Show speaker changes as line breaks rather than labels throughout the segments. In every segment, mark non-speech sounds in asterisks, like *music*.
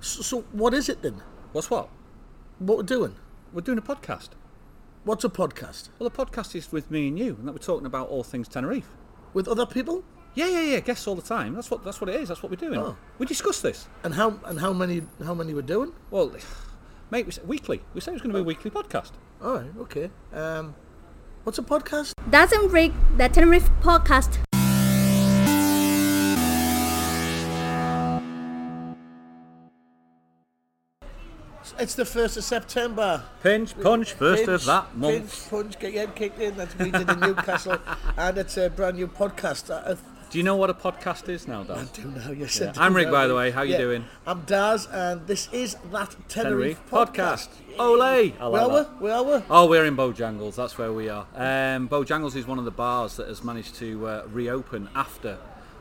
So, so what is it then?
What's what?
What we're doing?
We're doing a podcast.
What's a podcast?
Well, the podcast is with me and you, and that we're talking about all things Tenerife.
With other people?
Yeah, yeah, yeah. Guests all the time. That's what that's what it is. That's what we're doing.
Oh.
We discuss this.
And how and how many how many we're doing?
Well, *sighs* mate, we, s- weekly. We say it's going to be a weekly podcast.
All right, okay. Um, what's a podcast?
Doesn't break the Tenerife podcast.
It's the first of September.
Pinch, punch, first
Pinch,
of that month.
Pinch, punch, get your head kicked in. That's what we did in *laughs* Newcastle, and it's a brand new podcast. I, I
Do you know what a podcast is now, Daz?
do now. Yes,
Yeah.
I do
I'm Rick,
now.
by the way. How you doing?
I'm Daz, and this is that Tenerife,
Tenerife podcast. Ole! I like
Where are
that.
we? Where are we?
Oh, we're in Bojangles. That's where we are. Um, Bojangles is one of the bars that has managed to uh, reopen after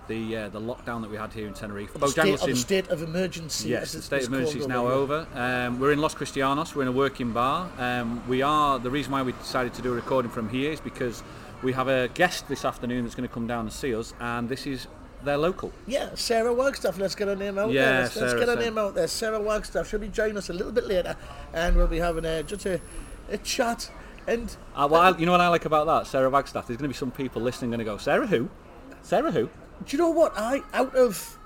the uh, the lockdown that we had here in Tenerife.
State,
Bojangles
of
Oh, in-
the state of emergency. as
Yes, the
it's-
state
it's
of emergency
called
is now over. Um, we're in Los Cristianos. We're in a working bar. Um, we are the reason why we decided to do a recording from here is because we have a guest this afternoon that's going to come down and see us, and this is their local.
Yeah, Sarah Wagstaff. Let's get her name out
Yeah,
there. Let's, let's
Sarah,
get her
Sarah.
name out there. Sarah Wagstaff. She'll be joining us a little bit later, and we'll be having a, just a, a chat. And
Uh, well, I, you know what I like about that, Sarah Wagstaff. There's going to be some people listening going to go, Sarah who? Sarah who?
do you know what? I out of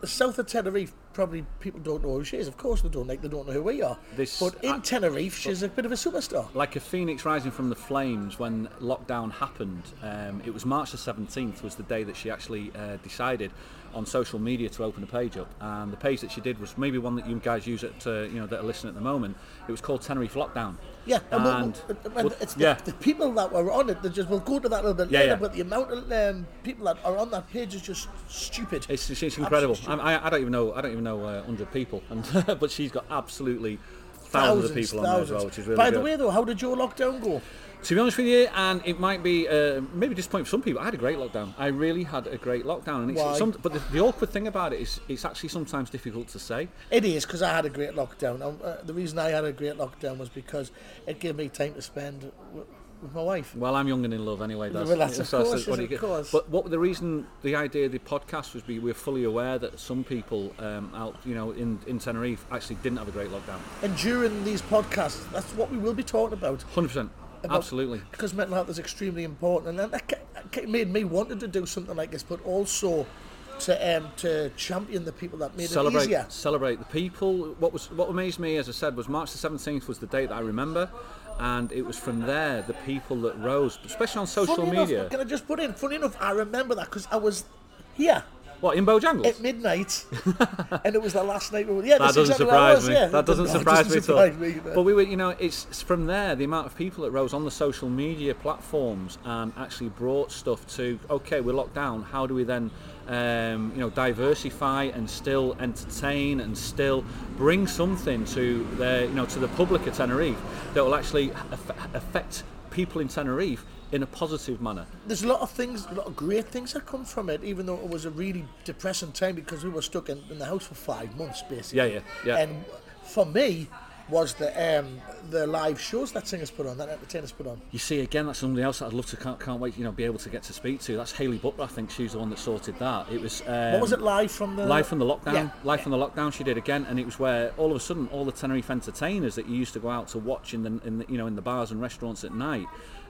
the south of Tenerife, probably people don't know who she is. Of course they don't. Like they don't know who we are.
This-
but in Tenerife, she's a bit of a superstar.
Like a phoenix rising from the flames when lockdown happened. Um, it was March the 17th was the day that she actually uh, decided on social media to open a page up. And the page that she did was maybe one that you guys use at, uh, you know, that are listening at the moment. It was called Tenerife Lockdown.
Yeah, and, we'll-
And,
and
well,
it's the,
yeah.
the people that were on it. They just we'll go to that a little bit
Yeah,
later.
yeah.
But the amount of um, people that are on that page is just stupid.
It's, it's, it's incredible.
Absolutely
I, I, I don't even know. I don't even know uh, hundred people, and, *laughs* but she's got absolutely thousands, of people on there as well, which is really
By
good.
the way, though, how did your lockdown go?
To be honest with you, and it might be uh, maybe disappointing for some people. I had a great lockdown. I really had a great lockdown, and it's,
Why?
it's some, but the, the awkward thing about it is it's actually sometimes difficult to say.
It is because I had a great lockdown. Um, uh, the reason I had a great lockdown was because it gave me time to spend w- with my wife.
Well, I'm young and in love anyway. That's,
Well, that's of
so- so
course,
what do you
of
get?
course.
But what the reason, the idea of the podcast was we were fully aware that some people um, out, you know, in, in Tenerife actually didn't have a great lockdown.
And during these podcasts, that's what we will be talking about.
Hundred percent,
About-
absolutely.
Because mental health is extremely important, and that- that, ca- that ca- made me wanted to do something like this, but also to um, to champion the people that made
celebrate,
it easier.
Celebrate the people. What was what amazed me, as I said, was March the seventeenth was the date that I remember, and it was from there the people that rose, especially on social
funny
media.
Enough, can I just put in? Funny enough, I remember that because I was here
What in Bojangles?
at
*laughs*
midnight, and it was the last night we were. Yeah,
that
that's
doesn't
exactly where I
surprise
was,
me.
yeah.
That doesn't
*laughs* No, it
surprise me at all.
surprise me either.
but we were, you know, it's, it's from there the amount of people that rose on the social media platforms and actually brought stuff to. Okay, we're locked down. How do we then, um, you know, diversify and still entertain and still bring something to the, you know, to the public of Tenerife that will actually aff- affect people in Tenerife in a positive manner.
there's a lot of things, a lot of great things that come from it, even though it was a really depressing time because we were stuck in, in the house for five months, basically.
Yeah, yeah, yeah.
And for me, was the um, the live shows that singers put on, that entertainers put on.
You see, again, that's somebody else that I'd love to can't, can't wait, you know, be able to get to speak to. That's Haley Butler. I think she's the one that sorted that. It was. Um,
What was it live from the
Live from the lockdown,
Yeah.
live from the lockdown. She did again, and it was where all of a sudden all the Tenerife entertainers that you used to go out to watch in the, in the you know in the bars and restaurants at night,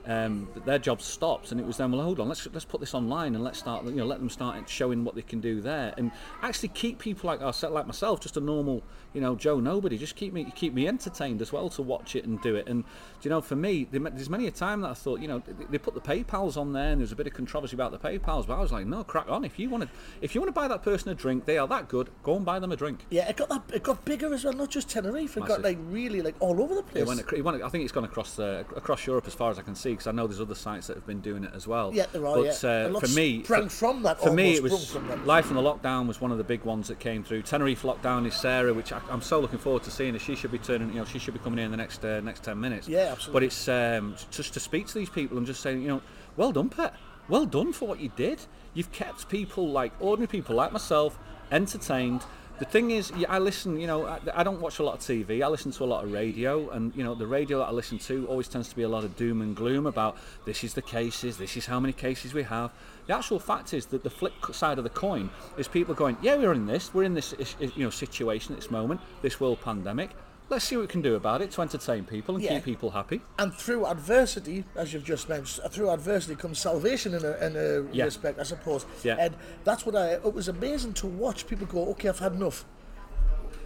um, th- their jobs stopped, and it was then well hold on, let's let's put this online and let's start you know let them start showing what they can do there, and actually keep people like ourselves, like myself, just a normal you know Joe nobody, just keep me keep me entertained as well to watch it and do it, and do you know for me there- there's many a time that I thought you know they- they put the PayPal's on there and there was a bit of controversy about the PayPal's, but I was like no crack on if you want to if you want to buy that person a drink, they are that good, go and buy them a drink.
Yeah, it got that, it got bigger as well, not just Tenerife. It got
Massive.
like really like all over the place.
It went, acro- it went, I think it's gone across uh, ac- across Europe as far as I can see because I know there's other sites that have been doing it as well.
Yeah, there are,
But
yeah. A
uh,
lot
for me,
sprang
for,
from that,
For me,
almost
it was
sprung from that.
life from the lockdown was one of the big ones that came through. Tenerife lockdown is Sarah, which I, I'm so looking forward to seeing. Her. She should be turning, you know, she should be coming in the next uh, next ten minutes.
Yeah,
But
absolutely.
it's um, just to speak to these people and just saying, you know, well done, Pet. Well done for what you did. You've kept people like ordinary people like myself entertained. The thing is, yeah, I listen. You know, I, I don't watch a lot of TV. I listen to a lot of radio, and you know, the radio that I listen to always tends to be a lot of doom and gloom about this is the cases, this is how many cases we have. The actual fact is that the flip side of the coin is people going, yeah, we're in this, we're in this, is- is- you know, situation at this moment, this world pandemic. Let's see what we can do about it to entertain people and
Yeah.
keep people happy.
And through adversity, as you've just mentioned, uh, through adversity comes salvation in a, in a
Yeah.
respect, I suppose.
Yeah.
And that's what I. It was amazing to watch people go, okay, I've had enough.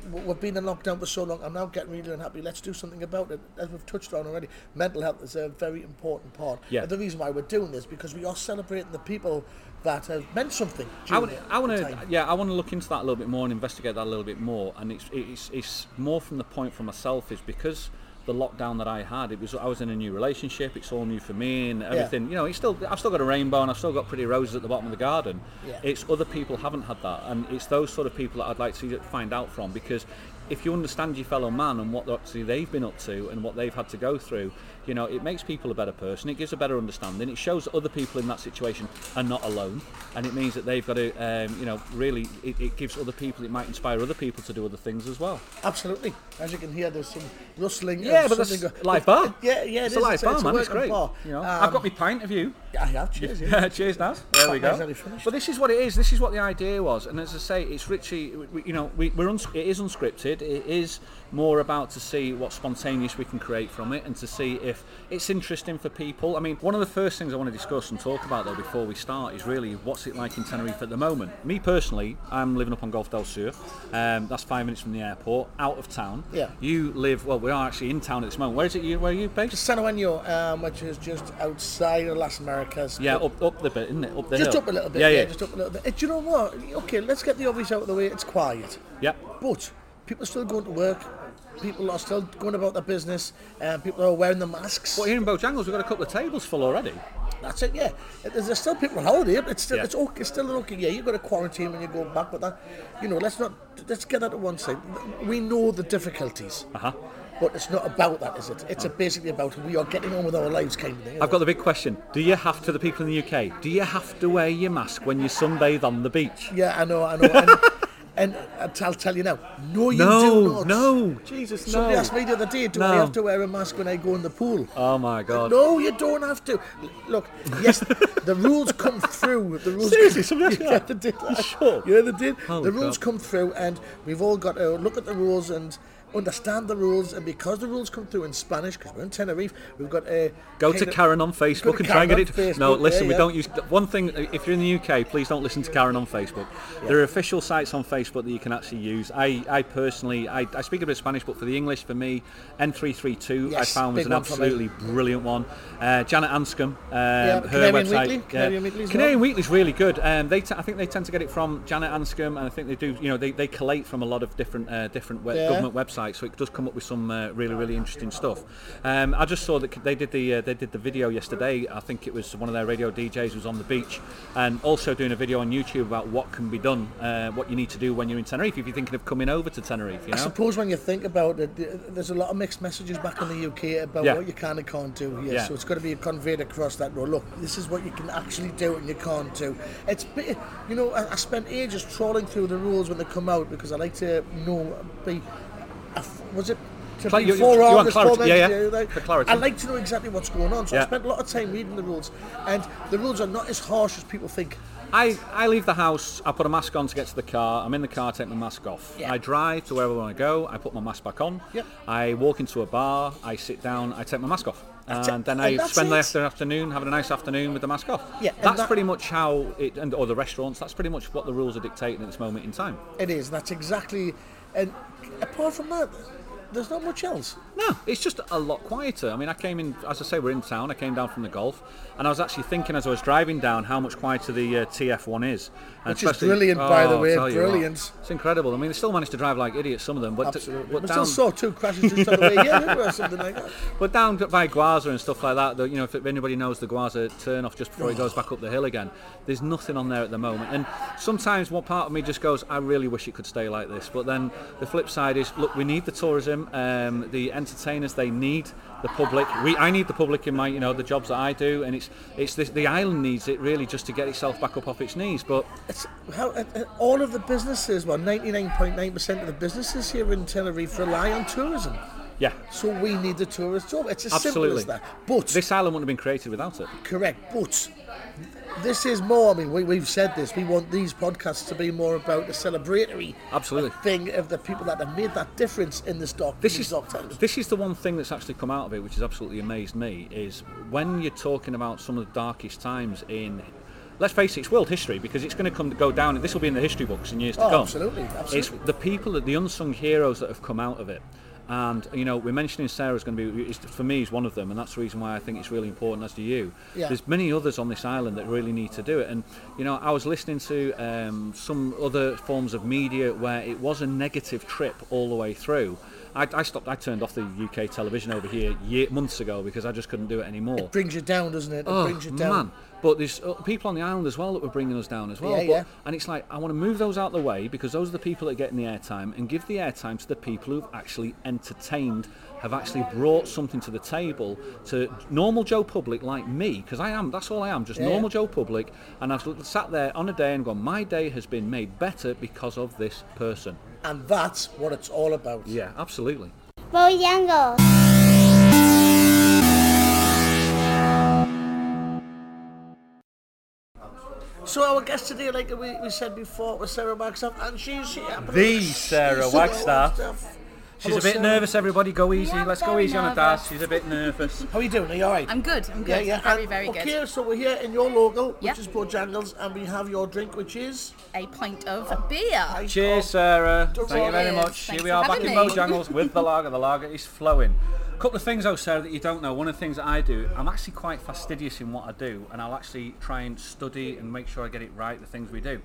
W- We've been in lockdown for so long. I'm now getting really unhappy. Let's do something about it. As we've touched on already, mental health is a very important part.
Yeah.
And the reason why we're doing this because we are celebrating the people that have meant something.
I
during
want, I want
the
to,
time.
yeah, I want to look into that a little bit more and investigate that a little bit more. And it's, it's, it's more from the point for myself is because the lockdown that I had, it was, I was in a new relationship. It's all new for me and everything. You know, it's still, I've still got a rainbow and I've still got pretty roses at the bottom of the garden.
Yeah.
It's other people haven't had that, and it's those sort of people that I'd like to find out from because if you understand your fellow man and what actually they've been up to and what they've had to go through, you know, it makes people a better person. It gives a better understanding. It shows that other people in that situation are not alone, and it means that they've got to, um, you know, really. It, it gives other people. It might inspire other people to do other things as well.
Absolutely. As you can hear, there's some rustling.
Yeah,
of
but that's
something go-
live bar.
*laughs* Yeah, yeah, it
it's
is.
a live bar, man. It's
working
great.
bar.
You know,
Um,
I've got my pint of you.
Yeah, yeah, cheers.
*laughs*
Yeah.
Yeah, cheers, Naz. There we
That's
go.
how we finish.
But this is what it is. This is what the idea was. And as I say, it's Richie. We, you know, we, we're uns- it is unscripted. It is more about to see what spontaneous we can create from it, and to see if it's interesting for people. I mean, one of the first things I want to discuss and talk about though before we start is really what's it like in Tenerife at the moment. Me personally, I'm living up on Golf del Sur. Um, that's five minutes from the airport, out of town.
Yeah.
You live well. We are actually in town at this moment. Where is it? You where are you based?
San Juanio, um, which is just outside of Las Americas.
Yeah, up up the bit, isn't it? Up the
just
hill.
up a little bit.
Yeah, yeah.
just up a little bit. Eh, Do you know what? Okay, let's get the obvious out of the way. It's quiet,
yeah.
but people are still going to work. People are still going about their business, and people are wearing the masks.
But here in Bojangles, we've got a couple of tables full already.
That's it. Yeah, Eh, there's still people on holiday. but It's still
Yeah.
it's okay. It's still an okay. Yeah, you've got to quarantine when you go back, but that, you know, let's not let's get that to one side. We know the difficulties.
Uh-huh.
But it's not about that, is it? It's basically about we are getting on with our lives kind of thing. isn't
I've got the big question. Do you have to, the people in the UK, do you have to wear your mask when you sunbathe on the beach?
Yeah, I know, I
*laughs*
know. And, and I'll tell you now, no, you do
No,
not.
no. Jesus, no.
Somebody asked me the other day, do I
No.
have to wear a mask when I go in the pool?
Oh my God.
No, you don't have to. Look, yes, the rules come through. The rules
*laughs* Seriously, somebody asked
*laughs*
you
yeah,
that?
they did.
You sure?
Yeah, they did.
Holy
the rules
crap.
come through, and we've all got to look at the rules and understand the rules. And because the rules come through in Spanish, because we're in Tenerife, we've got a
Go to
kind of-
Karen on
Go
Facebook
to
and try and get
Karen
it.
on
no,
Facebook,
listen,
yeah,
we
yeah.
don't use. One thing, uh, if you're in the UK, please don't listen to Karen on Facebook. There are official sites on Facebook that you can actually use. I, I personally, I, I speak a bit of Spanish, but for the English, for me, N332 I
Yes,
found was
big
an
one for me.
absolutely brilliant one. Uh, Janet Anscombe, um, her
Canarian
website.
Weekly, Canarian Weekly as well.
Canarian Wheatley's really good. Um, they, t- I think they tend to get it from Janet Anscombe, and I think they do. You know, they, they collate from a lot of different uh, different we-
Yeah.
government websites, so it does come up with some uh, really really interesting stuff. Um, I just saw that they did the uh, they did the video yesterday. I think it was one of their radio DJs was on the beach, and also doing a video on YouTube about what can be done, uh, what you need to do when you're in Tenerife if you're thinking of coming over to Tenerife. You
I
know,
suppose when you think about it, th- there's a lot of mixed messages back in the UK about
Yeah.
what you can and can't do here.
Yeah.
So it's got to be conveyed across that road. Look, this is what you can actually do and you can't do. It's, bi- you know, I, I spent ages trawling through the rules when they come out because I like to know, be, a f- was it? To
Cla- you- you-
forearmed
you want
as
clarity,
forearmed,
yeah, yeah,
like,
for clarity.
I like to know exactly what's going on. So I
Yeah.
spent a lot of time reading the rules, and the rules are not as harsh as people think.
I, I leave the house, I put a mask on to get to the car, I'm in the car, take my mask off.
Yeah.
I drive to wherever I want to go, I put my mask back on,
Yep.
I walk into a bar, I sit down, I take my mask off.
That's it.
and then
And
I
that's
spend
it.
the after- afternoon having a nice afternoon with the mask off.
Yeah, and
that's
that-
pretty much how it, and or the restaurants, that's pretty much what the rules are dictating at this moment in time.
It is, and that's exactly, and apart from that, there's not much else.
No, it's just a lot quieter. I mean, I came in, as I say, we're in town. I came down from the golf, and I was actually thinking as I was driving down how much quieter the uh, TF1 is. And Oh,
Which is brilliant, by the
I'll
way,
tell you what,
brilliant.
It's incredible. I mean, they still managed to drive like idiots, some of them, but uh,
Absolutely.
but
But still
down,
saw two crashes just on the way in or something like that.
but down by Guaza and stuff like that, though, you know, if anybody knows the Guaza turn off just before it goes back up the hill again, there's nothing on there at the moment. And sometimes one part of me just goes, I really wish it could stay like this. But then the flip side is, look, we need the tourism, them, um, the entertainers they need the public. We, I need the public in my, you know, the jobs that I do, and it's it's this, the island needs it really just to get itself back up off *laughs* its knees. But
It's how uh, uh, all of the businesses, well, 99.9% of the businesses here in Tenerife rely on tourism.
yeah,
So we need the tourist job. It's as simple
absolutely.
as that. But
this island wouldn't have been created without it.
correct. But this is more. I mean, we, we've said this. We want these podcasts to be more about the celebratory
Absolutely.
thing of the people that have made that difference in this doc.
this
these
is
dark times.
this is the one thing that's actually come out of it, which has absolutely amazed me, is when you're talking about some of the darkest times in. Let's face it, it's world history because it's going to come to go down. This will be in the history books in years to
Oh,
come.
absolutely,
It's
absolutely.
the people, that the unsung heroes that have come out of it. And you know, we're mentioning Sarah's going to be is, for me is one of them, and that's the reason why I think it's really important, as do you.
Yeah.
There's many others on this island that really need to do it. And you know, I was listening to um, some other forms of media where it was a negative trip all the way through. I, I stopped. I turned off the UK television over here year, months ago because I just couldn't do it anymore.
brings you down, doesn't it? It
Oh,
brings you down.
man. But there's uh, people on the island as well that were bringing us down as well.
Yeah,
but,
yeah.
And it's like, I want to move those out of the way because those are the people that are getting the airtime and give the airtime to the people who've actually entertained, have actually brought something to the table to normal Joe Public like me, because I am, that's all I am, just
Yeah, yeah.
normal Joe Public. And I've l- sat there on a day and gone, my day has been made better because of this person.
And that's what it's all about.
Yeah, absolutely.
Bojangles.
So our guest today, like we, we said before, was Sarah Wagstaff, and she's here.
The Sarah Wagstaff. She's
Hello,
a bit
Sarah.
nervous, everybody. Go easy.
Yeah, I'm
Let's go
very
easy on her dad.
nervous.
She's a bit nervous.
How are you doing? Are you all right?
I'm good. I'm good.
Um,
Very, very
okay,
good.
so we're here in your local, which
Yep.
is Bojangles, and we have your drink, which is.
A pint of beer.
Cheers, Sarah.
Cheers.
Thank you very much.
Thanks
Here we
for
are back in
having me.
Mojangles with the lager. The lager is flowing. A couple of things, though, Sarah, that you don't know. One of the things that I do, I'm actually quite fastidious in what I do, and I'll actually try and study and make sure I get it right. The things we do.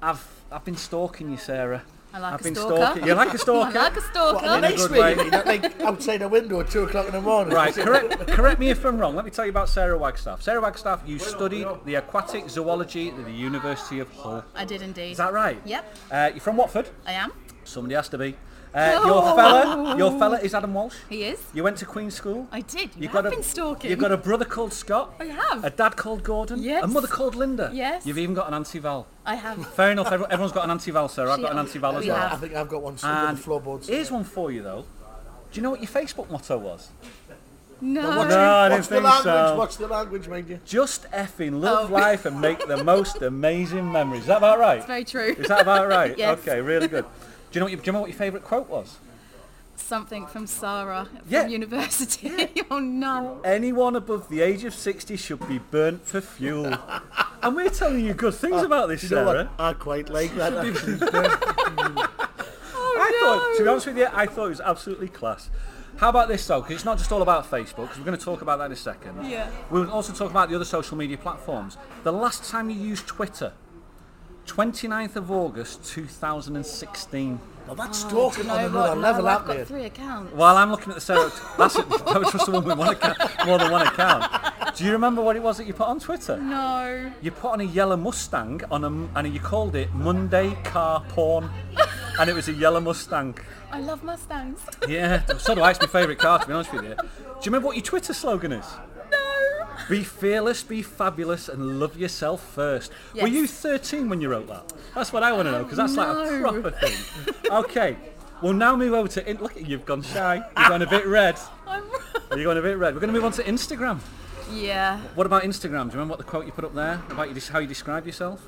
I've I've been stalking you, Sarah.
I like
have
a
been
stalker.
stalking. You like a stalker.
*laughs* I like a stalker.
Well,
in a
nice
good
way,
way.
you mean, like outside a window at two o'clock in the morning.
Right, correct, correct me if I'm wrong. Let me tell you about Sarah Wagstaff. Sarah Wagstaff, you studied the aquatic zoology at the University of Hull.
I did indeed.
Is that right?
Yep.
Uh, you're from Watford.
I am.
Somebody has to be. Uh, your fella, your fella is Adam Walsh.
He is.
You went to Queen's School.
I did. You
You've
have been stalking.
You've got a brother called Scott.
I have.
A dad called Gordon.
Yes.
A mother called Linda.
Yes.
You've even got an Auntie Val. *laughs*
I have.
Fair enough. every- Everyone's got an Auntie Val, sir. I've
She-
got an Auntie Val as
we
Yeah,
well.
have.
I think I've got one sitting on
And
the floorboards.
here's one for you though. Do you know what your Facebook motto was?
No.
Watch,
No, I didn't
watch the
think
language,
so.
watch the language, mind you.
Just effing love
Oh.
life and make the most amazing memories. Is that about right?
Very true.
Is that
*laughs*
about right?
Yes.
Okay, really good. Do you know what? Your, do you know what your favourite quote was?
Something from Sarah from
Yeah.
university. *laughs* oh no.
anyone above the age of 60 should be burnt
*laughs*
for fuel. and we're telling you good things about this,
Oh, You know
Sarah.
what? I quite like that. *laughs* actually. Oh,
I thought, to be honest with you, I thought it was absolutely class. How about this though? Because it's not just all about Facebook. Because we're going to talk about that in a second.
Yeah.
We'll also talk about the other social media platforms. The last time you used Twitter, 29th of August 2016.
now that's talking
Oh,
No,
on
what?
another
No,
level,
I've
out
got
there.
three accounts.
While I'm looking at the Sarah, that's *laughs* it. Don't trust a woman with one account, more than one account. Do you remember what it was that you put on Twitter?
No.
You put on a yellow Mustang on a, and you called it Monday Car Porn, and it was a yellow Mustang.
I love Mustangs. *laughs*
Yeah, so do I. It's my favourite car, to be honest with you. Do you remember what your Twitter slogan is?
no.
Be fearless, be fabulous, and love yourself first. Were
Yes.
you 13 when you wrote that? That's what I want to know, because that's like a
No.
proper thing. Okay, we'll now move over to. In- Look, you've gone shy. You've gone a bit red.
I'm. *laughs*
You've gone a bit red. We're going to move on to Instagram.
yeah.
What about Instagram? Do you remember what the quote you put up there about your, how you describe yourself?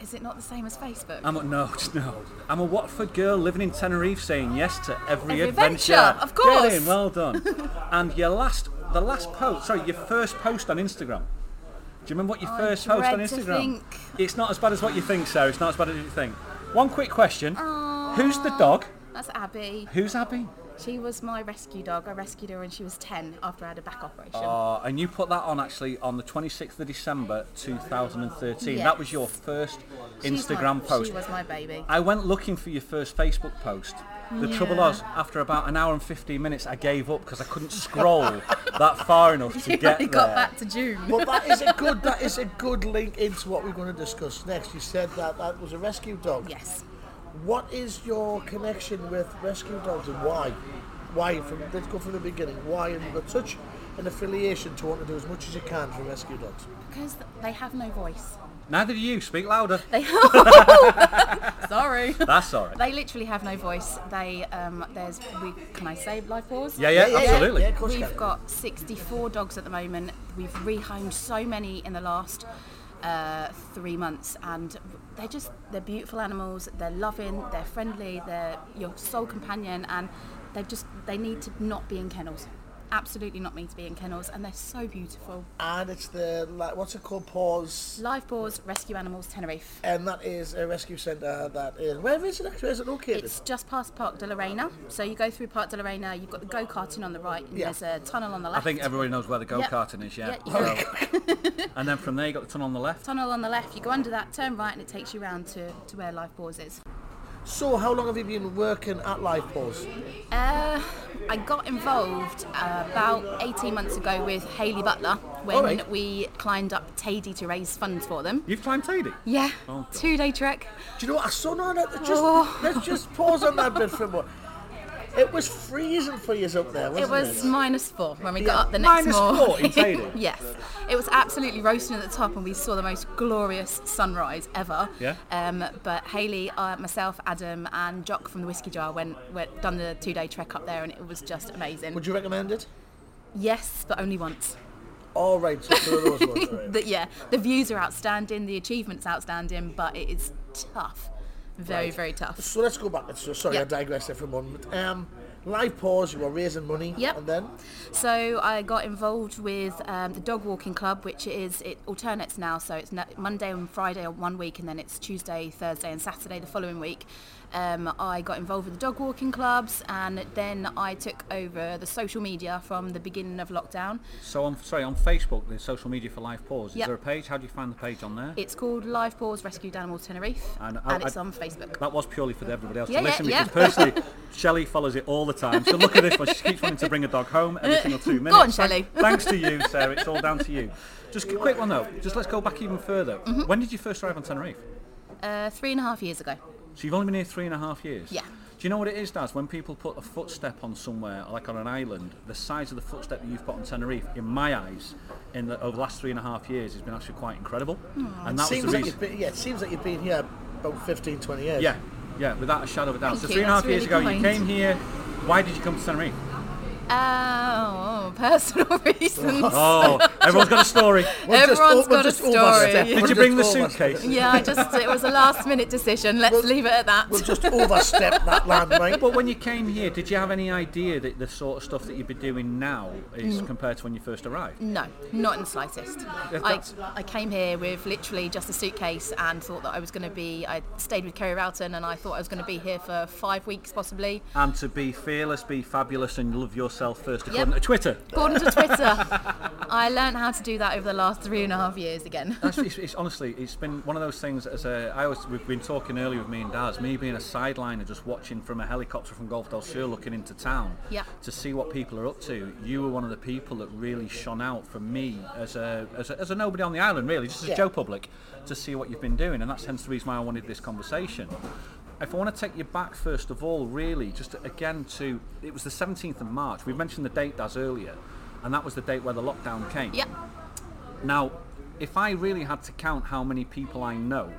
Is it not the same as Facebook?
I'm a, no, *laughs* just no. I'm a Watford girl living in Tenerife, saying yes to every,
Every
adventure.
adventure, of course.
Get in, well done.
*laughs*
and your last, the last post, sorry, your first post on Instagram. Do you remember what your
Oh, I
first post on
dread to
Instagram?
think.
It's not as bad as what you think, Sarah. It's not as bad as you think. One quick question: Who's the
Aw.
dog?
That's Abby.
Who's Abby?
She was my rescue dog. I rescued her when she was 10 after I had a back operation.
Uh, and you put that on actually on the 26th of December 2013. That was your first
She's my-
Instagram post.
She was my baby.
I went looking for your first Facebook post. The trouble
Yeah.
was, after about an hour and 15 minutes, I gave up because I couldn't scroll *laughs* that far enough
*laughs*
to
She
get
only
there.
got back to June.
But that is a good that is a good link into what we're going to discuss next. You said that that was a rescue dog.
*laughs* Yes.
What is your connection with rescue dogs and why? Why? From let's go from the beginning. Why have you got such an affiliation to want to do as much as you can for rescue dogs?
Because they have no voice.
Neither do you. Speak louder.
They Sorry.
That's all right.
*laughs* They literally have no voice. They um, there's we can I say live pause?
Yeah,
Yeah,
yeah,
yeah, yeah.
absolutely.
Yeah, of course you
We've
can.
got 64 dogs at the moment. We've rehomed so many in the last uh, three months, and they're just they're beautiful animals. They're loving, they're friendly, they're your sole companion, and they just they need to not be in kennels. Absolutely not need to be in kennels, and they're so beautiful.
And it's the like, what's it called? Paws.
Live boars, rescue animals, Tenerife.
And that is a rescue centre that is. Where is it actually? Where is it located?
It's just past Park de la Reina. So you go through Park de la Reina, you've got the go karting on the right, and
Yeah.
there's a tunnel on the
I
left.
think everybody knows where the go
Yep.
karting is, yeah.
Yeah,
So-
*laughs*
and then from there, you got the tunnel on the left.
tunnel on the left, you go under that, turn right, and it takes you round to, to where Live Boars is.
So, how long have you been working at Life Paws?
Uh, I got involved uh, about 18 months ago with Hayley Butler when
Alright.
we climbed up Tady to raise funds for them.
You've climbed Tidy.
Yeah,
Oh, God.
two day trek.
Do you know what? I saw no, no, just,
Oh.
Let's just pause on that bit for a moment. It was freezing for you up there, wasn't
It
it?
was minus four when we
Yeah.
got up the next
Minus
morning. *laughs*
four in Tady?
yes, it was absolutely roasting at the top, and we saw the most glorious sunrise ever.
Yeah.
Um, but Haley, uh, myself, Adam, and Jock from the Whiskey Jar went, went done the two day trek up there, and it was just amazing.
Would you recommend it?
Yes, but only once.
All right, so for those ones. all right.
But yeah, the views are outstanding, the achievements outstanding, but it is tough, very
Right.
very tough.
So let's go back. So sorry,
Yeah.
I digressed there for a moment. Um, live pause. You were raising money,
Yep.
and then
So I got involved with um, the dog walking club, which is it alternates now. So it's no- Monday and Friday on one week, and then it's Tuesday, Thursday, and Saturday the following week. Um, I got involved with the dog walking clubs, and then I took over the social media from the beginning of lockdown.
So, on, sorry, on Facebook, the social media for Life Pause, is
Yep.
there a page? How do you find the page on there?
It's called Live Paws Rescued Animal Tenerife,
I
and,
know- I-
it's
I-
on Facebook.
That was purely for everybody else
Yeah,
to
yeah,
listen
yeah.
because personally, Shelley follows it all the time. So look at this one; she keeps wanting to bring a dog home every single two minutes.
on,
Thank-
Shelley.
Thanks to you, Sarah. It's all down to you. Just a quick one though. Just let's go back even further.
Mm-hmm.
When did you first arrive on Tenerife?
Uh, three and a half years ago.
So you've only been here three and a half years.
Yeah.
Do you know what it is, Daz? When people put a footstep on somewhere, like on an island, the size of the footstep that you've put on Tenerife, in my eyes, in the over the last three and a half years, has been actually quite incredible. And that
seems
was the
like
reason.
you've been, yeah, it seems like you've been here about 15, 20 years.
Yeah, yeah, without a shadow of a doubt.
Thank
so
you,
three and a half
that's
years
really
ago, you
kind.
came here. Why did you come to Tenerife?
Oh, *laughs* personal reasons.
*laughs* *laughs* Oh, everyone's got a *laughs* story.
We'll just-
Everyone's
we'll
got a
just overstep.
story.
We'll
Did you
just
bring the
overstep.
suitcase?
Yeah, I just it was a last minute decision. Let's
Well-
leave it at that.
We'll just overstep that landmine.
But when you came here, did you have any idea that the sort of stuff that you'd be doing now
Mm.
is compared to when you first arrived?
no, not in the slightest. I,
that's-
I came here with literally just a suitcase and thought that I was going to be. I stayed with Kerry Roughton and I thought I was going to be here for five weeks possibly.
And to be fearless, be fabulous, and love yourself first, according
Yep.
to Twitter.
According to Twitter,
*laughs*
I learned how to do that over the last three and a half years again.
That's, it's, it's honestly, it's been one of those things. As a, I was, we've been talking earlier with me and Daz. Me being a sideliner, just watching from a helicopter from Gulf del Sur, looking into town
Yeah.
to see what people are up to. You were one of the people that really shone out for me as a as a, as a nobody on the island, really, just as
Yeah.
Joe Public, to see what you've been doing, and that's hence the reason why I wanted this conversation. If I want to take you back, first of all, really, just again to it was the 17th of March. We mentioned the date, Daz, earlier, and that was the date where the lockdown came.
Yeah,
Now, if I really had to count how many people I know,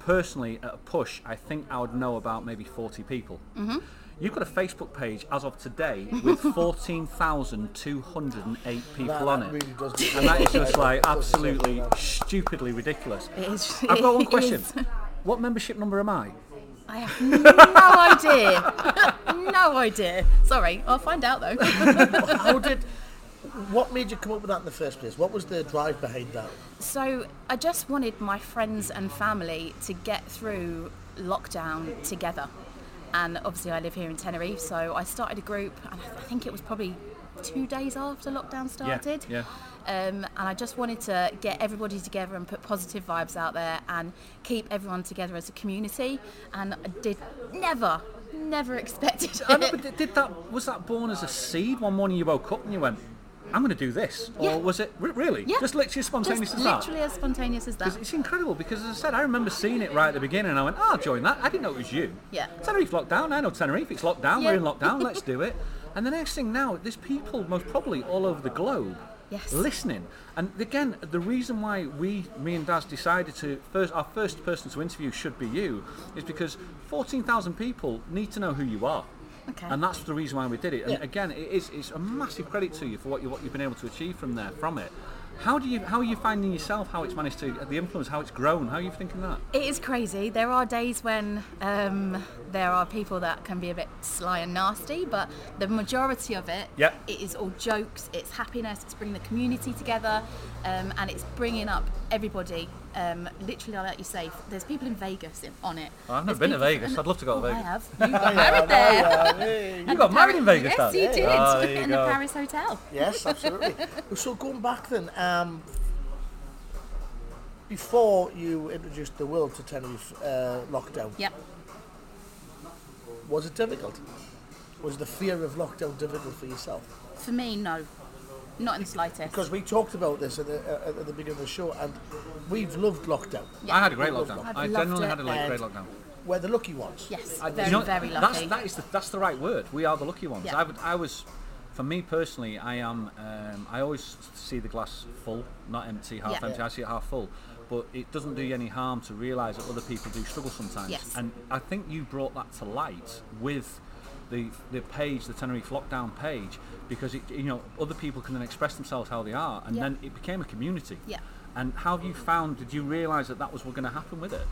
personally, at a push, I think I would know about maybe 40 people. Mm-hmm. You've got a Facebook page as of today
*laughs*
with 14,208 people
That-
on
that
it.
really does make
and that is
sense.
*laughs*
*laughs*
just like
That does make
absolutely
sense.
stupidly ridiculous.
it is.
I've got one
*laughs* it
question.
is.
What membership number am I?
I have no idea. *laughs* no idea. Sorry, I'll find out though.
How did? What made you come up with that in the first place? What was the drive behind that?
So I just wanted my friends and family to get through lockdown together. And obviously, I live here in Tenerife, so I started a group, and I think it was probably two days after lockdown started. *laughs*
yeah.
Um, and I just wanted to get everybody together and put positive vibes out there and keep everyone together as a community. And I did never, never *laughs* expected it.
I know, but did that was that born as a seed? One morning you woke up and you went, I'm going to do this,
Yeah.
or was it re- really
Yeah.
just literally spontaneous
Just
as that?
literally as spontaneous as that.
Because it's incredible. Because as I said, I remember seeing it right at the beginning, and I went, "Oh, I'll join that." I didn't know it was you.
Yeah.
Tenerife lockdown. I know Tenerife. It's locked down. We're
Yeah.
in lockdown.
*laughs*
Let's do it. And the next thing now, there's people most probably all over the globe.
Yes.
Listening, and again, the reason why we, me and Daz, decided to first our first person to interview should be you, is because fourteen thousand people need to know who you are,
Okay.
and that's the reason why we did it. And
Yeah.
again, it is it's a massive credit to you for what you what you've been able to achieve from there from it. How do you how are you finding yourself? How it's managed to the influence? How it's grown? How are you thinking that?
It is crazy. There are days when um, there are people that can be a bit sly and nasty, but the majority of it,
Yeah.
it is all jokes. It's happiness. It's bringing the community together, um, and it's bringing up everybody. Um, literally, like you say, there's people in Vegas in, on it.
I've never
There's
been to
people-
Vegas. I'd love to go to
Oh,
Vegas.
I
*laughs*
have. You got married there.
You got married in Vegas,
Yes,
Dad.
you did. *laughs*
Ah, there you
in
go.
the Paris Hotel.
Yes, absolutely. so going back then, um, before you introduced the world to Tenerife uh, lockdown,
Yep.
was it difficult? Was the fear of lockdown difficult for yourself?
For me, no, not in the slightest.
Because we talked about this at the, uh, at the beginning of the show, and we've loved lockdown.
Yeah.
I had a great
I've
lockdown.
loved
I
it.
genuinely had a
And
great lockdown.
We're the lucky ones.
yes,
I-
very,
you know,
very
that's,
lucky.
that is the, that's the right word. We are the lucky ones.
Yeah.
I would, I was, for me personally, I am. Um, I always see the glass full, not empty, half
Yeah.
empty.
Yeah.
I see it half full, but it doesn't do you any harm to realise that other people do struggle sometimes.
Yes.
And I think you brought that to light with. The, the page, the Tenerife lockdown page, because it, you know other people can then express themselves how they are, and
Yeah.
then it became a community.
Yeah.
And how have you found? Did you realise that that was what going to happen with it?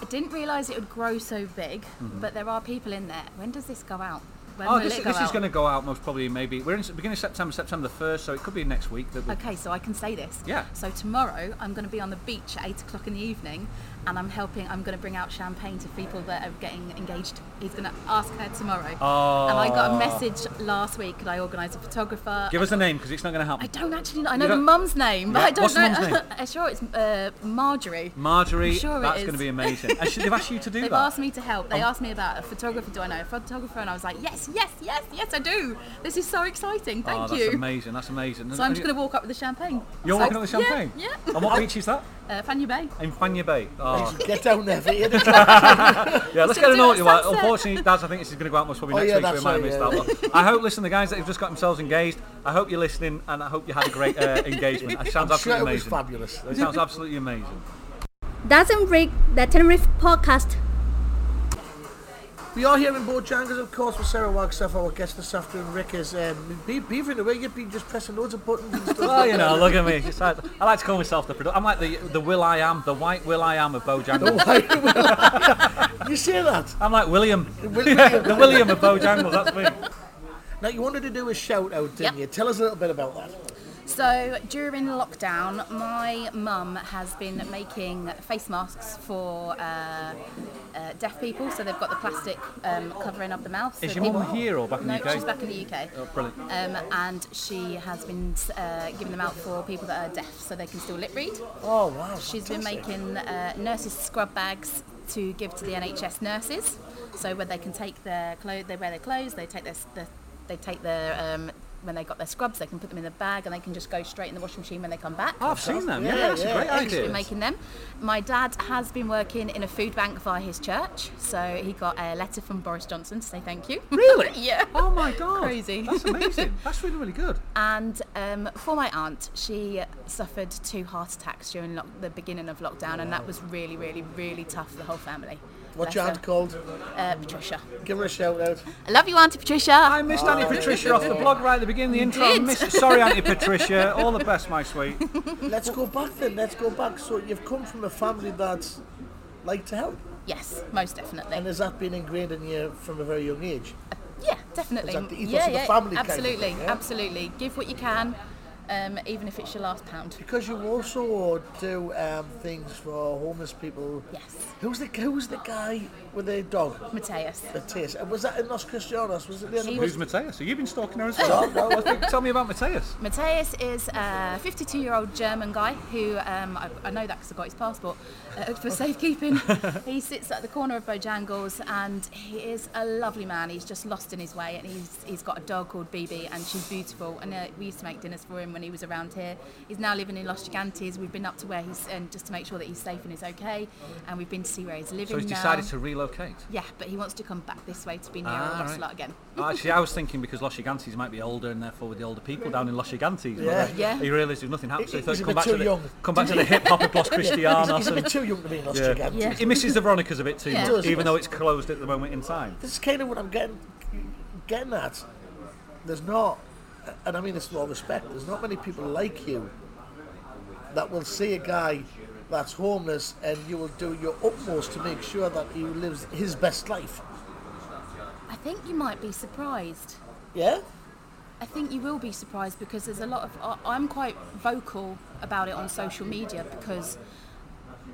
I didn't realise it would grow so big, but there are people in there. When does this go out? When
Mm-hmm. Oh,
will
this,
it go
this is
out?
going to go out most probably. Maybe we're in s- beginning of September, September the first, so it could be next week. That we,
Okay, so I can say this.
Yeah.
So tomorrow I'm going to be on the beach at eight o'clock in the evening, and I'm helping. I'm going to bring out champagne to people that are getting engaged. He's going to ask her tomorrow.
Oh.
And I got a message last week because I organised a photographer.
Give us a name because it's not going to
I
happen.
don't actually. know. I know
You
the
don't-
mum's name, but
Yeah,
I don't
what's the
know. *laughs*
mum's name?
I'm sure it's uh, Marjorie.
Marjorie,
I'm sure it
that's
is.
going to be amazing. And should, they've asked you to do
*laughs* They've
that. Um,
asked me to help. They asked me about a photographer. Do I know a photographer? And I was like, yes, yes, yes, yes, I do. This is so exciting.
oh,
Thank
that's
you.
amazing. That's amazing.
So I'm just going to walk up with the champagne.
You're
So-
walking on the
yeah,
champagne.
Yeah.
And what beach is that?
Uh, Fanny Bay.
In Fanya
*laughs*
Bay. Oh,
Get down there
*laughs*
for eight
yeah. Let's
should
get a
do it
note. You
at
are.
sunset.
Unfortunately, Daz, I think this is going to go out most probably
Oh,
next
yeah,
week, so we
that's
might
right,
have missed
yeah.
that one. I hope, listen, the guys that have just got themselves engaged. I hope you're listening, and I hope you had a great uh, *laughs* engagement. It
*laughs*
sounds
I'm sure
absolutely
it was
amazing.
fabulous.
It sounds absolutely amazing.
Doesn't break the Tenerife podcast.
We are here in Bojangles, of course, with Sarah Wagstaff, our guest this afternoon. Rick is um, be- beavering away. You've been just pressing loads of buttons and stuff.
Well, you know,
*laughs*
look at me. It's like- I like to call myself the product. I'm like the the Will I Am, the White Will I Am
*laughs*
of Bojangles.
you say that?
I'm like William,
William.
*laughs* the William of Bojangles. That's me.
Now, you wanted to do a shout out, didn't
Yep.
you? Tell us a little bit about that.
So during lockdown, my mum has been making face masks for uh, uh, deaf people. So they've got the plastic um, covering up the mouth.
Is
so
your
people-
mum here or back in
no,
the UK?
she's back in the UK.
Oh, brilliant.
Um, and she has been uh, giving them out for people that are deaf, so they can still lip read.
Oh, wow.
She's been making uh, nurses scrub bags to give to the NHS nurses, so where they can take their clothes, they wear their clothes, they take their, s- the, they take their um, when they got their scrubs, they can put them in the bag and they can just go straight in the washing machine when they come back.
Oh, I've seen them. Yeah,
Yeah,
that's
yeah.
a great
She's been
idea.
making them. My dad has been working in a food bank via his church, so he got a letter from Boris Johnson to say thank you.
Really?
*laughs* yeah.
Oh my god.
Crazy.
That's amazing. That's really really good.
And um, for my aunt, she suffered two heart attacks during lock the beginning of lockdown, and that was really, really, really tough for the whole family.
What's your
Bless
aunt called?
her. Uh, Patricia.
Give her a shout
*laughs*
out.
I love you, Auntie Patricia.
I missed Auntie Patricia off the blog right at the beginning of the intro. I
did.
missed- sorry, Auntie Patricia. All the best, my sweet.
Let's go back then. Let's go back. So, you've come from a family that's like to help.
yes, most
And
definitely.
has that been ingrained in you from a very young age?
Yeah,
Is
definitely.
that the ethos
yeah,
of the
yeah,
family kind of
absolutely,
thing, yeah?
absolutely. Give what you can, um, even if it's your last pound.
Because you also do um, things for homeless people.
Yes.
Who's the Who's the guy? with their dog,
Mateus.
Mateus. And was that in Los Cristianos? Was it the other
He
place?
Who's Mateus? Have you been stalking her as well?
No, no.
Well, think- Tell me about Mateus.
Mateus is a 52 year old German guy who, um, I, I know that because I got his passport uh, *laughs* for
*laughs*
safekeeping. he sits at the corner of Bojangles and he is a lovely man. He's just lost in his way and he's, he's got a dog called BB and she's beautiful. And uh, we used to make dinners for him when he was around here. He's now living in Los Gigantes. We've been up to where he's, and just to make sure that he's safe and is okay. And we've been to see where he's living
So he's
now.
decided to relocate.
Yeah, but he wants to come back this way to be near
Ah,
Los
right.
Lot again.
Actually, I was thinking because Los Gigantes might be older and therefore with the older people down in Los Gigantes.
Yeah.
But
Yeah.
yeah. He realised if nothing happens, so
He's
he thought
a
he'd
bit
come back,
too
to the,
young.
come back to the hip
*laughs*
hop of Los
He's,
Cristianos.
he's a bit
and-
too young to be in Los
yeah.
Gigantes.
He misses the Veronicas a bit too
Yeah.
much,
Does,
even
yes.
though it's closed at the moment in time.
This is kind of what I'm getting getting at. There's not, and I mean this with all respect. There's not many people like you that will see a guy that's homeless, and you will do your utmost to make sure that he lives his best life.
I think you might be surprised.
Yeah.
I think you will be surprised because there's a lot of. I- I'm quite vocal about it on social media because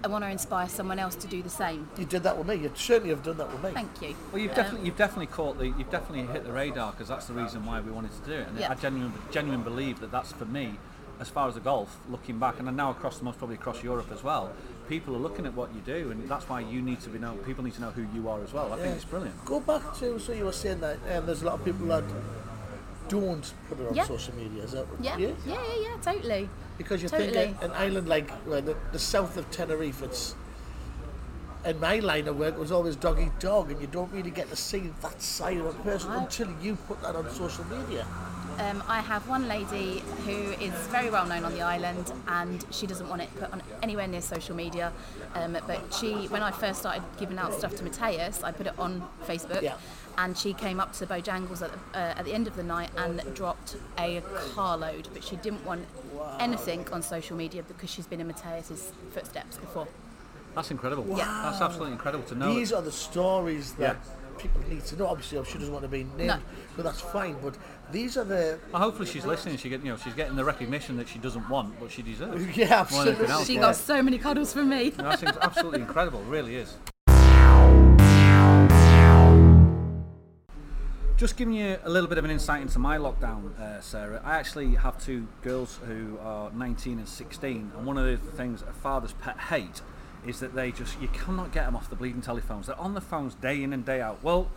I want to inspire someone else to do the same.
You did that with me. You certainly have done that with me.
Thank you. Um,
Well, you've definitely you've definitely caught the you've definitely hit the radar because that's the reason why we wanted to do it, and
Yeah.
I genuinely genuinely believe that that's for me, as far as the golf. Looking back, and now across most probably across Europe as well, people are looking at what you do, and that's why you need to be know people need to know who you are as well. I think it's brilliant.
Go back to so you were saying that um, there's a lot of people that don't put it on
Yeah.
social media. Is that
Yeah, yeah, yeah, yeah, totally.
Because you
Totally.
think an island like well, the, the south of Tenerife, it's in my line of work it was always dog eat dog, and you don't really get to see that side of a person
Right.
until you put that on social media.
Um, I have one lady who is very well known on the island, and she doesn't want it put on anywhere near social media. Um, but she, when I first started giving out stuff to Mateus, I put it on Facebook,
Yeah.
and she came up to Bojangles at the, uh, at the end of the night and dropped a carload. But she didn't want anything on social media because she's been in Mateus's footsteps before.
That's incredible. That's absolutely incredible to know.
These are the stories that
Yeah.
people need to know. Obviously, she doesn't want to be named,
No.
but that's fine. But these are the *laughs*
well, hopefully she's listening. She get, you know she's getting the recognition that she doesn't want, but she
*laughs*
deserves.
Yeah,
More than anything
absolutely.
else.
She
Yeah.
got so many cuddles from me. *laughs*
No, That seems absolutely incredible, really is. Just giving you a little bit of an insight into my lockdown, uh, Sarah. I actually have two girls who are 19 and 16, and one of the things that a father's pet hate is that they just you cannot get them off the bleeding telephones. They're on the phones day in and day out. Well,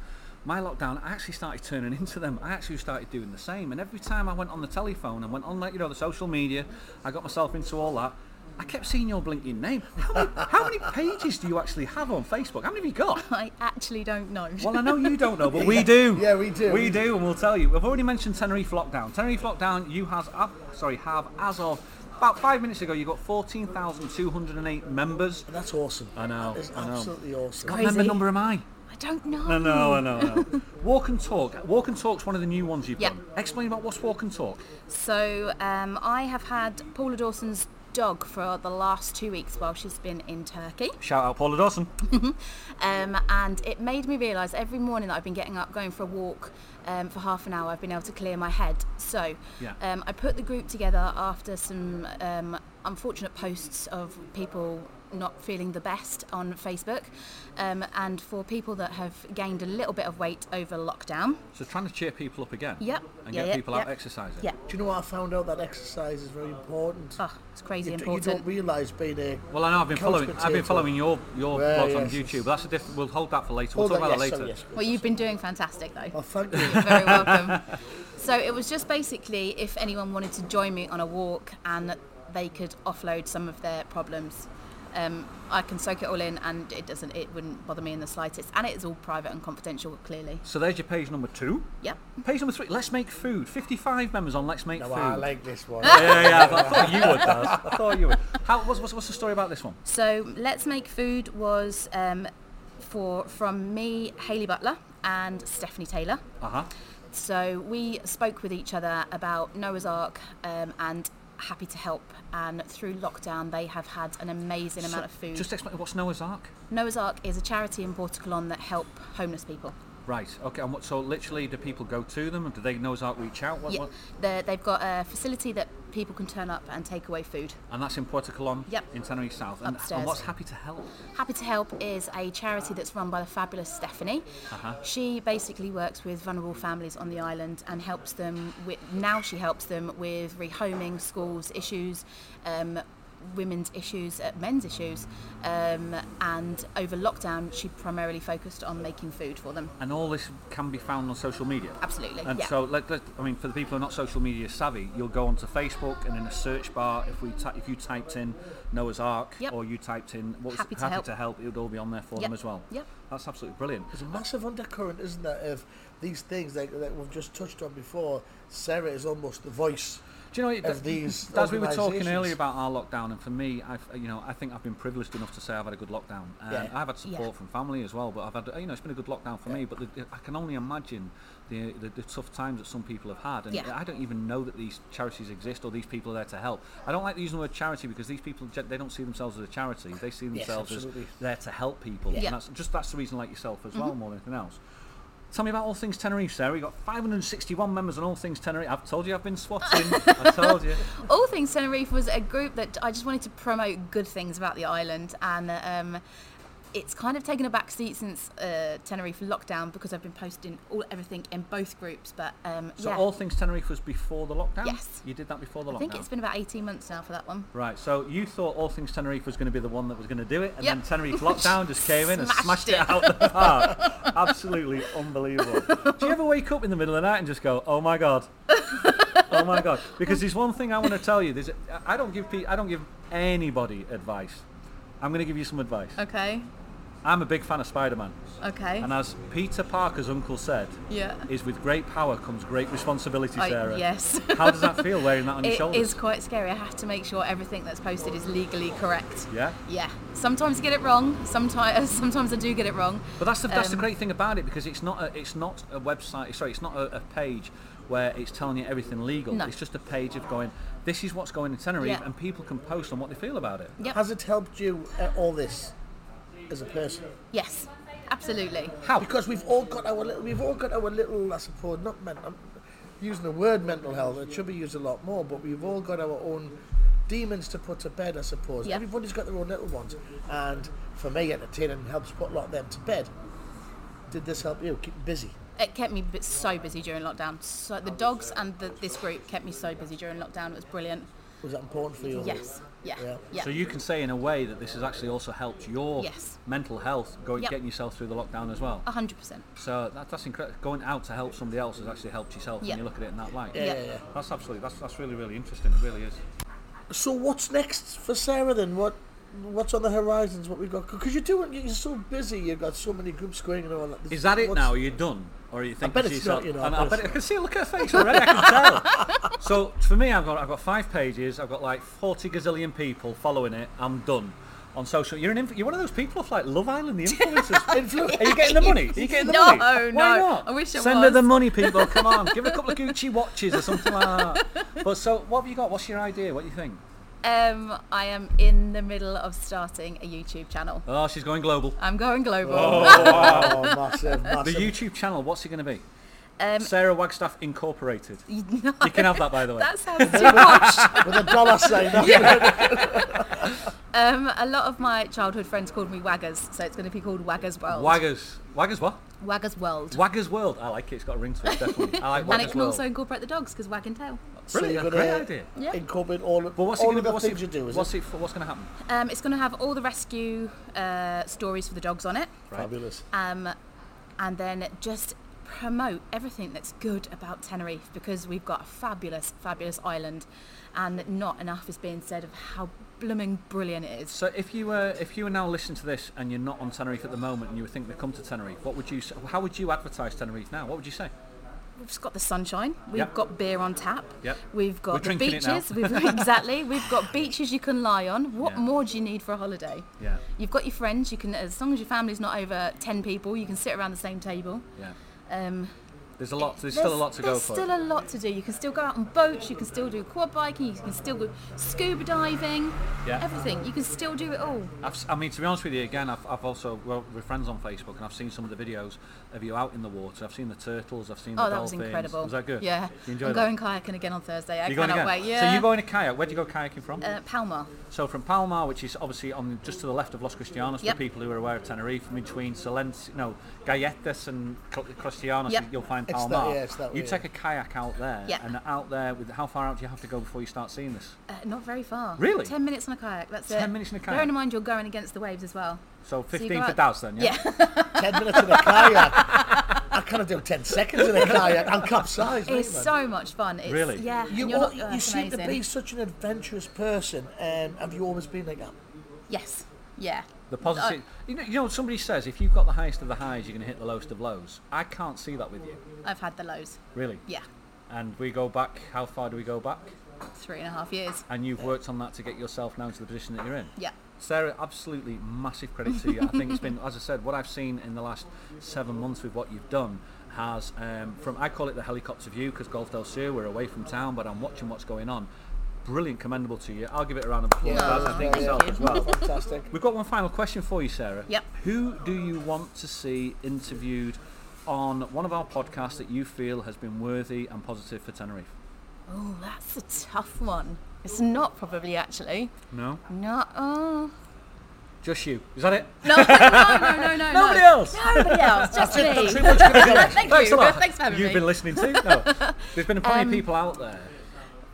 my lockdown, I actually started turning into them. I actually started doing the same, and every time I went on the telephone and went on, like you know, the social media, I got myself into all that. I kept seeing your blinking name. How many, how many pages do you actually have on Facebook? How many have you got?
I actually don't know.
Well, I know you don't *laughs* know, but we do.
Yeah, we do.
We do, and we'll tell you. I've already mentioned Tenerife lockdown. Tenerife lockdown, you has uh, sorry have as of about five minutes ago. You got fourteen thousand two hundred and eight members.
And that's awesome.
I know,
That is
I know.
absolutely awesome.
What member
Crazy.
number am I?
I don't know.
I know, I know, I know. *laughs* Walk and talk. Walk and talk's one of the new ones you've
Yeah.
done. Explain about what's walk and talk.
So um, I have had Paula Dawson's dog for the last two weeks while she's been in Turkey.
Shout out Paula Dawson.
Um, and it made me realise every morning that I've been getting up, going for a walk um, for half an hour, I've been able to clear my head. So
Yeah.
um, I put the group together after some um, unfortunate posts of people not feeling the best on Facebook. Um, and for people that have gained a little bit of weight over lockdown.
So trying to cheer people up again.
Yep.
And
Yeah,
get
yeah,
people out
yeah.
exercising.
Yeah.
Do you know what I found out that exercise is very important?
Oh, it's crazy
you, d- you
important.
don't realise being a
Well, I know I've been
couch
following. I've
potato.
been following your your
Well,
blogs on
yes, yes.
YouTube. That's a different. We'll hold that for later. We'll
Hold
talk
on,
about
yes,
that
sorry,
later.
yes.
Well, you've been doing fantastic though.
Oh, thank you.
*laughs*
You're very welcome. So it was just basically if anyone wanted to join me on a walk and they could offload some of their problems. Um, I can soak it all in, and it doesn't. It wouldn't bother me in the slightest. And it is all private and confidential, clearly.
So there's your page number two.
Yep.
Page number three. Let's make food. Fifty-five members on Let's Make
No,
Food.
I like this *laughs* one.
yeah, yeah, yeah. I thought you would. Daz. I thought you would. How, what's, what's, what's the story about this one?
So let's make food was um, for from me, Haley Butler, and Stephanie Taylor.
Uh huh.
So we spoke with each other about Noah's Ark um, and Happy to Help, and through lockdown they have had an amazing amount of food.
Just explain what's Noah's Ark.
Noah's Ark is a charity in Portugalon that help homeless people.
Right. Okay. And what, so literally, do people go to them? Do they know how to reach out? What,
Yeah,
what?
the- they've got a facility that people can turn up and take away food.
And that's in Puerto Colón.
Yep.
In Tenerife South. And,
Upstairs.
and what's happy to help?
Happy to Help is a charity that's run by the fabulous Stephanie.
Uh-huh.
She basically works with vulnerable families on the island and helps them with, now she helps them with rehoming, schools issues, um, women's issues, uh, men's issues. Um, and over lockdown, she primarily focused on making food for them.
And all this can be found on social media.
Absolutely,
And
yeah.
so, let, let, I mean, for the people who are not social media savvy, you'll go onto Facebook and in a search bar, if we ta- if you typed in Noah's Ark
Yep.
or you typed in what was it?
Happy to help.
it would all be on there for
Yep.
them as well.
Yep.
That's absolutely brilliant.
There's a massive undercurrent, isn't there, of these things that, that we've just touched on before. Sarah is almost the voice.
Do you know, it-
of these
as we were talking
organisations.
earlier about our lockdown, and for me, I've you know, I think I've been privileged enough to say I've had a good lockdown. Um,
Yeah.
I've had support
Yeah.
from family as well, but I've had you know, it's been a good lockdown for me. But the, I can only imagine the, the the tough times that some people have had, and
Yeah.
I don't even know that these charities exist or these people are there to help. I don't like using the word charity because these people ge- they don't see themselves as a charity; they see themselves as
absolutely.
there to help people.
Yeah. Mm-hmm.
And that's just that's the reason, like yourself as well, more than anything else. Tell me about all things Tenerife, Sarah. You've got 561 members on all things Tenerife. I've told you I've been
*laughs*
swatting. I told you.
All Things Tenerife was a group that I just wanted to promote good things about the island, and um, it's kind of taken a back seat since uh, Tenerife lockdown because I've been posting all everything in both groups. But um,
So
yeah,
all things Tenerife was before the lockdown?
Yes.
You did that before the
I
lockdown?
think it's been about 18 months now for that one.
Right, so you thought all things Tenerife was going to be the one that was going to do it, and
Yep.
then
*laughs*
Tenerife lockdown just came in and
Smashed
smashed it,
it.
out
*laughs*
the park. Absolutely unbelievable. do you ever wake up in the middle of the night and just go, "Oh my
*laughs*
god, oh my god"? Because there's one thing I want to tell you. There's, I don't give pe- I don't give anybody advice. I'm going to give you some advice.
Okay,
I'm a big fan of Spider-Man.
okay,
And as Peter Parker's uncle said,
Yeah.
is with great power comes great responsibility,
I-
Sarah.
*laughs* yes.
How does that feel wearing that on your
Uh, it
shoulders?
is quite scary. I have to make sure everything that's posted is legally correct.
Yeah.
Yeah. Sometimes I get it wrong. Sometimes *laughs* sometimes I do get it wrong.
But that's the, that's the
Um,
great thing about it because it's not a, it's not a website. Sorry, it's not a, a page where it's telling you everything legal.
No.
It's just a page of going. This is what's going in Tenerife,
Yeah.
and people can post on what they feel about it.
Yep.
Has it helped you uh, all this as a person?
Yes. Absolutely.
How?
Because we've all got our little, we've all got our little, I suppose, not mental. I'm using the word mental health. It should be used a lot more, but we've all got our own demons to put to bed, I suppose.
Yeah.
Everybody's got their own little ones, and for me, entertaining helps put a lot of them to bed. Did this help you keep busy?
it kept me bu- so busy during lockdown. So the dogs and the, this group kept me so busy during lockdown. It was brilliant.
Was that important for you?
Yes. Yeah.
Yeah.
Yeah.
So you can say in a way that this has actually also helped your
Yes.
mental health, going
Yep. Ah.
getting yourself through the lockdown as well.
100%.
So that, that's incredible. Going out to help somebody else has actually helped yourself,
Yeah.
and you look at it in that light.
Yeah.
Yeah.
yeah, yeah.
That's absolutely. That's that's really really interesting. It really is.
So what's next for Sarah then? What what's on the horizons? What we got? Because you're doing, you're so busy. You've got so many groups going and all that.
Is that it
What's-
now? Are you done? Or are you thinking
bet
to
it's
yourself?
not, you know,
and
I
I,
bet
bet I can see a
*laughs*
look at her face already. I can tell. So for me, I've got I've got five pages. I've got like forty gazillion people following it. I'm done on social. You're an inf- you're one of those people off like Love Island,
*laughs*
the influencers. Influ- are you getting the money? Are you getting the
No,
money?
no.
Why not?
I wish I
Send her
was.
the money, people. Come on, give her
*laughs*
a couple of Gucci watches or something like that. But so, what have you got? What's your idea? What do you think?
Um, I am in the middle of starting a YouTube channel.
Oh, she's going global.
I'm going global. *laughs*
Oh, massive,
*laughs* The
massive.
YouTube channel. What's it going to be?
Um,
Sarah Wagstaff Incorporated. You can have that, by the way.
that sounds
*laughs*
too posh.
with a dollar sign. That's
Um, a lot of my childhood friends called me Waggers, so it's going to be called Waggers World.
Waggers. Waggers what?
Waggers World.
Waggers World. I like it. It's got a ring to it, definitely.
*laughs*
I like
and
Waggers
it can
World.
also incorporate the dogs because wag and tail.
really
Brilliant. great idea.
Yeah.
Incorporate all of
But what's
all
it
of
going to
the
be? What's
things
it,
you do. Is
what's
it?
it? for- What's going to happen?
Um, it's going to have all the rescue uh, stories for the dogs on it.
*laughs*
Fabulous.
um, and then just promote everything that's good about Tenerife because we've got a fabulous, fabulous island, and not enough is being said of how blooming brilliant it is.
So if you were, if you were now listening to this and you're not on Tenerife at the moment and you were thinking to come to Tenerife, what would you? s- How would you advertise Tenerife now? What would you say?
We've just got the sunshine, we've
Yep.
got beer on tap,
Yep.
we've
We're
got the
drinking it now.
beaches, we've,
*laughs*
exactly, we've got beaches you can lie on. What
Yeah.
more do you need for a holiday?
Yeah.
You've got your friends, you can, as long as your family's not over 10 people, you can sit around the same table.
Yeah.
Um,
There's a lot. There's, still a lot to go
there's
for.
still a lot to do. You can still go out on boats. You can still do quad biking. You can still go scuba diving.
Yeah.
Everything. You can still do it all.
I've, si mean, to be honest with you, again, I've, I've also well, we're friends on Facebook, and I've seen some of the videos of you out in the water. I've seen the turtles. I've seen
Oh,
the
that was
dolphins.
incredible.
Was that good?
Yeah.
You enjoyed
I'm
that?
going kayaking again on Thursday. I
You're going
cannot
again.
wait. Yeah.
So you go in a kayak. Where'd you go kayaking from?
uh, Palma.
So from Palma, which is obviously on just to the left of Los Cristianos,
Yep.
for people who are aware of Tenerife, from between Salent, no, Galletas and Cl- Cristianos,
Yep.
you'll find
It's that-
Palma.
yeah, it's that
you
way,
take a kayak out there,
Yeah.
and out there, with how far out do you have to go before you start seeing this?
Uh, not very far.
Really?
Ten minutes on a kayak. That's it.
10 minutes on a kayak.
Bearing in mind you're going against the waves as well.
So
So you go
15 for
out-
Douse then, yeah?
Yeah.
Ten minutes in a kayak. I can't do ten seconds in
*laughs*
a kayak. I'm capsized.
it's
mate, man.
so much fun. It's,
Really?
Yeah. and
You,
you're
all,
not- oh,
you
it's
seem to be
amazing.
such an adventurous person. Um, have you always been like that?
Yes. Yeah.
The
Uh,
positive, you know, you know, somebody says if you've got the highest of the highs, you're going to hit the lowest of lows. I can't see that with you,
I've had the lows.
really.
Yeah.
And we go back. How far do we go back?
Three and a half years.
And you've worked on that to get yourself now to the position that you're in.
Yeah.
Sarah, absolutely massive credit to you. I think it's been, as I said, what I've seen in the last seven months with what you've done has, um, from I call it the helicopter view because Golf del Sur, we're away from town, but I'm watching what's going on. Brilliant, commendable to you. I'll give it a round of applause.
Yeah.
Baz, I think
Thank
yourself
you.
as well.
Fantastic.
We've got one final question for you, Sarah.
Yep.
Who do you want to see interviewed on one of our podcasts that you feel has been worthy and positive for Tenerife?
Oh, that's a tough one. It's not probably actually.
No.
No. Oh.
Just you. Is that it?
No. No. No. No. No.
*laughs* Nobody
no.
else. *laughs*
Nobody else. Just me.
That's too much going on.
Thank
Thanks
you.
a lot.
Thanks for having
You've
me. Um,
been listening to.
*laughs*
No. There's been plenty of people out there.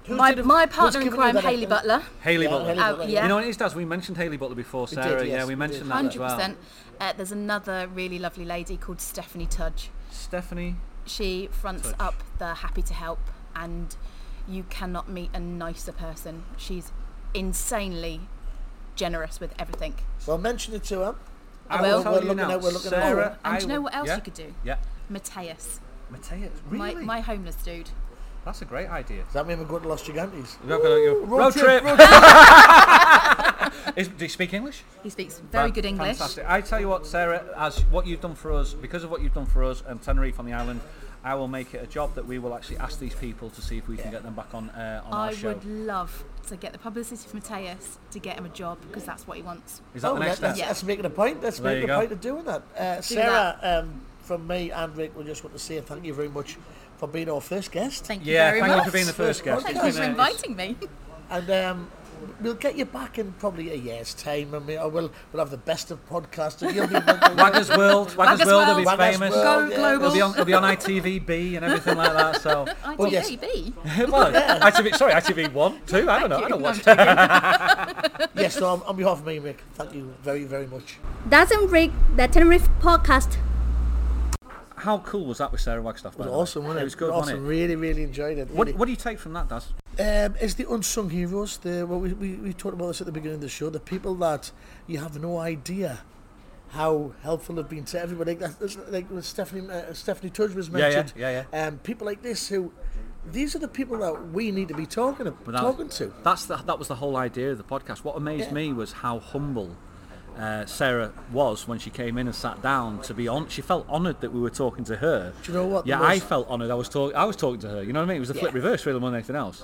Who's
my,
did a-
my
who's
partner in
given you
crime,
that
Haley
idea?
Butler.
Haley
Yeah,
Butler.
Hayley
Uh,
Butler,
yeah.
You know what it is, Daz? We mentioned Haley Butler before,
did,
Sarah.
yes,
yeah, we
we
mentioned
did.
that as
Hundred
well.
percent. Uh, there's another really lovely lady called Stephanie Tudge.
Stephanie.
She fronts
Tudge.
up the Happy to Help, and you cannot meet a nicer person. She's insanely generous with everything.
Well, mention it to her.
I
will.
tell
We're
you
looking
now,
at- we're looking at-
Sarah.
And
I
do you know
will-
what else
yeah?
you could do?
Yeah.
Mateus,
Mateus. Really?
my, my homeless dude.
That's a great idea.
Does that mean we're going to Los Gigantes?
Road, road, trip.
road trip. *laughs*
*laughs* Is, do you speak English?
He speaks very
Fan-
good English.
Fantastic. I tell you what, Sarah, as what you've done for us, because of what you've done for us and Tenerife on the island, I will make it a job that we will actually ask these people to see if we can get them back on uh, on our
I
show.
would love to get the publicity for Mateus to get him a job because that's what he wants.
Is that
Oh,
the next
that- that's,
step?
Yeah.
that's making a point. That's
There
making
you
a
go.
point of doing that. Uh, Sarah, Um, from me and Rick, we just want to say thank you very much for being our first guest.
Thank you
Yeah,
very
thank
much.
you for being the first guest.
Thank
It's
you
been
for
a-
inviting me.
And um, we'll get you back in probably a year's time. I mean, I will, we'll have the best of podcasting. You'll be
*laughs* Waggers World. Waggers,
Waggers
World will be
World.
Waggers
famous.
World.
Go
yeah.
global.
It'll be, on, it'll be on ITVB and everything like that. So,
ITV.
Well, yes.
well, ITV, sorry, ITV one, two. I don't know. I don't watch.
yes, so on, on behalf of me, Rick, thank you very, very much.
Doesn't break the Tenerife podcast.
How cool was that with Sarah Wagstaff? by
It
the
was
way?
awesome, wasn't it?
It was good,
awesome.
wasn't it?
Really, really enjoyed it.
What,
really.
what do you take from that, Daz?
Um, it's the unsung heroes. The well, we, we we talked about this at the beginning of the show. The people that you have no idea how helpful they've been to everybody. Like, that's, like when Stephanie uh, Stephanie Tudge was
Yeah, yeah,
mentioned.
yeah,
yeah. Um, people like this who these are the people that we need to be talking to,
But that-
talking to.
That's the, that was the whole idea of the podcast. What amazed me was how humble uh, Sarah was when she came in and sat down. To be on, she felt honoured that we were talking to her.
Do you know what the
Yeah, I
most-
felt honoured. I was talking. I was talking to her. You know what I mean? It was a flip
Yeah.
reverse, really, more than anything else.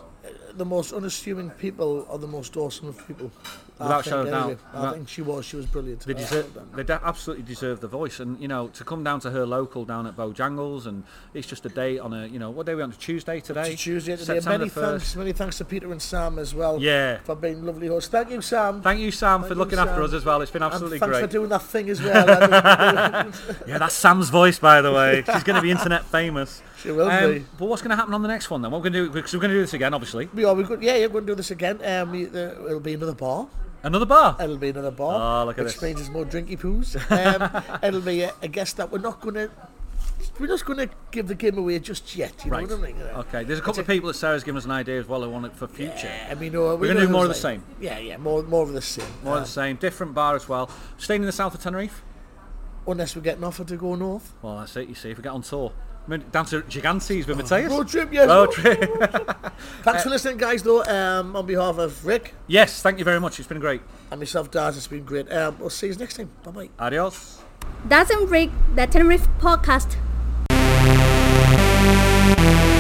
The most unassuming people are the most awesome of people. I
Without
think,
shadow of
anyway.
doubt.
I
Without-
think she was. She was brilliant.
They
I
deserve,
thought that.
they de- absolutely deserve the voice, and you know, to come down to her local down at Bojangles, and it's just a day on a, you know, what day are we on? Tuesday today.
to Tuesday today.
September
Many
the first.
thanks, many thanks to Peter and Sam as well.
Yeah.
for being lovely hosts. Thank you, Sam.
Thank you, Sam, for
Thank you,
looking after
Sam.
us as well. It's been
And
absolutely
thanks
great.
for doing that thing as well.
*laughs*
That was-
Yeah, that's Sam's voice, by the way. She's going
*laughs*
to be internet famous. Um,
She will be.
But what's going to happen on the next one then? What we're going to do because we're going to do this again, obviously.
we are, we're good. Yeah, yeah, we're going to do this again. Um, we, there, it'll be another bar.
Another bar.
It'll be another bar.
Oh, look at
which
this.
means there's more drinky poos.
*laughs*
Um, it'll be a, a guest that we're not going to. We're just going to give the game away just yet. You
right.
know what I mean? Yeah.
Okay. There's a couple of people that Sarah's given us an idea as well who want it for future.
I mean, uh, we
We're gonna
know
do more
who's
of the
like-
same.
Yeah, yeah, more, more of the same.
More
Uh,
of the same, different bar as well. Staying in the south of Tenerife.
unless we're getting offered to go north.
Well, that's it. You see, if we get on tour, I mean, down to Gigantes with Mateus.
Road trip, yes.
Road trip.
Thanks for listening, guys. Though, um, on behalf of Rick
*laughs* yes. Thank you very much. It's been great.
and myself, Daz, it's been great. Um, we'll see you next time. Bye bye.
Adios.
Doesn't break the Tenerife podcast.
Bye.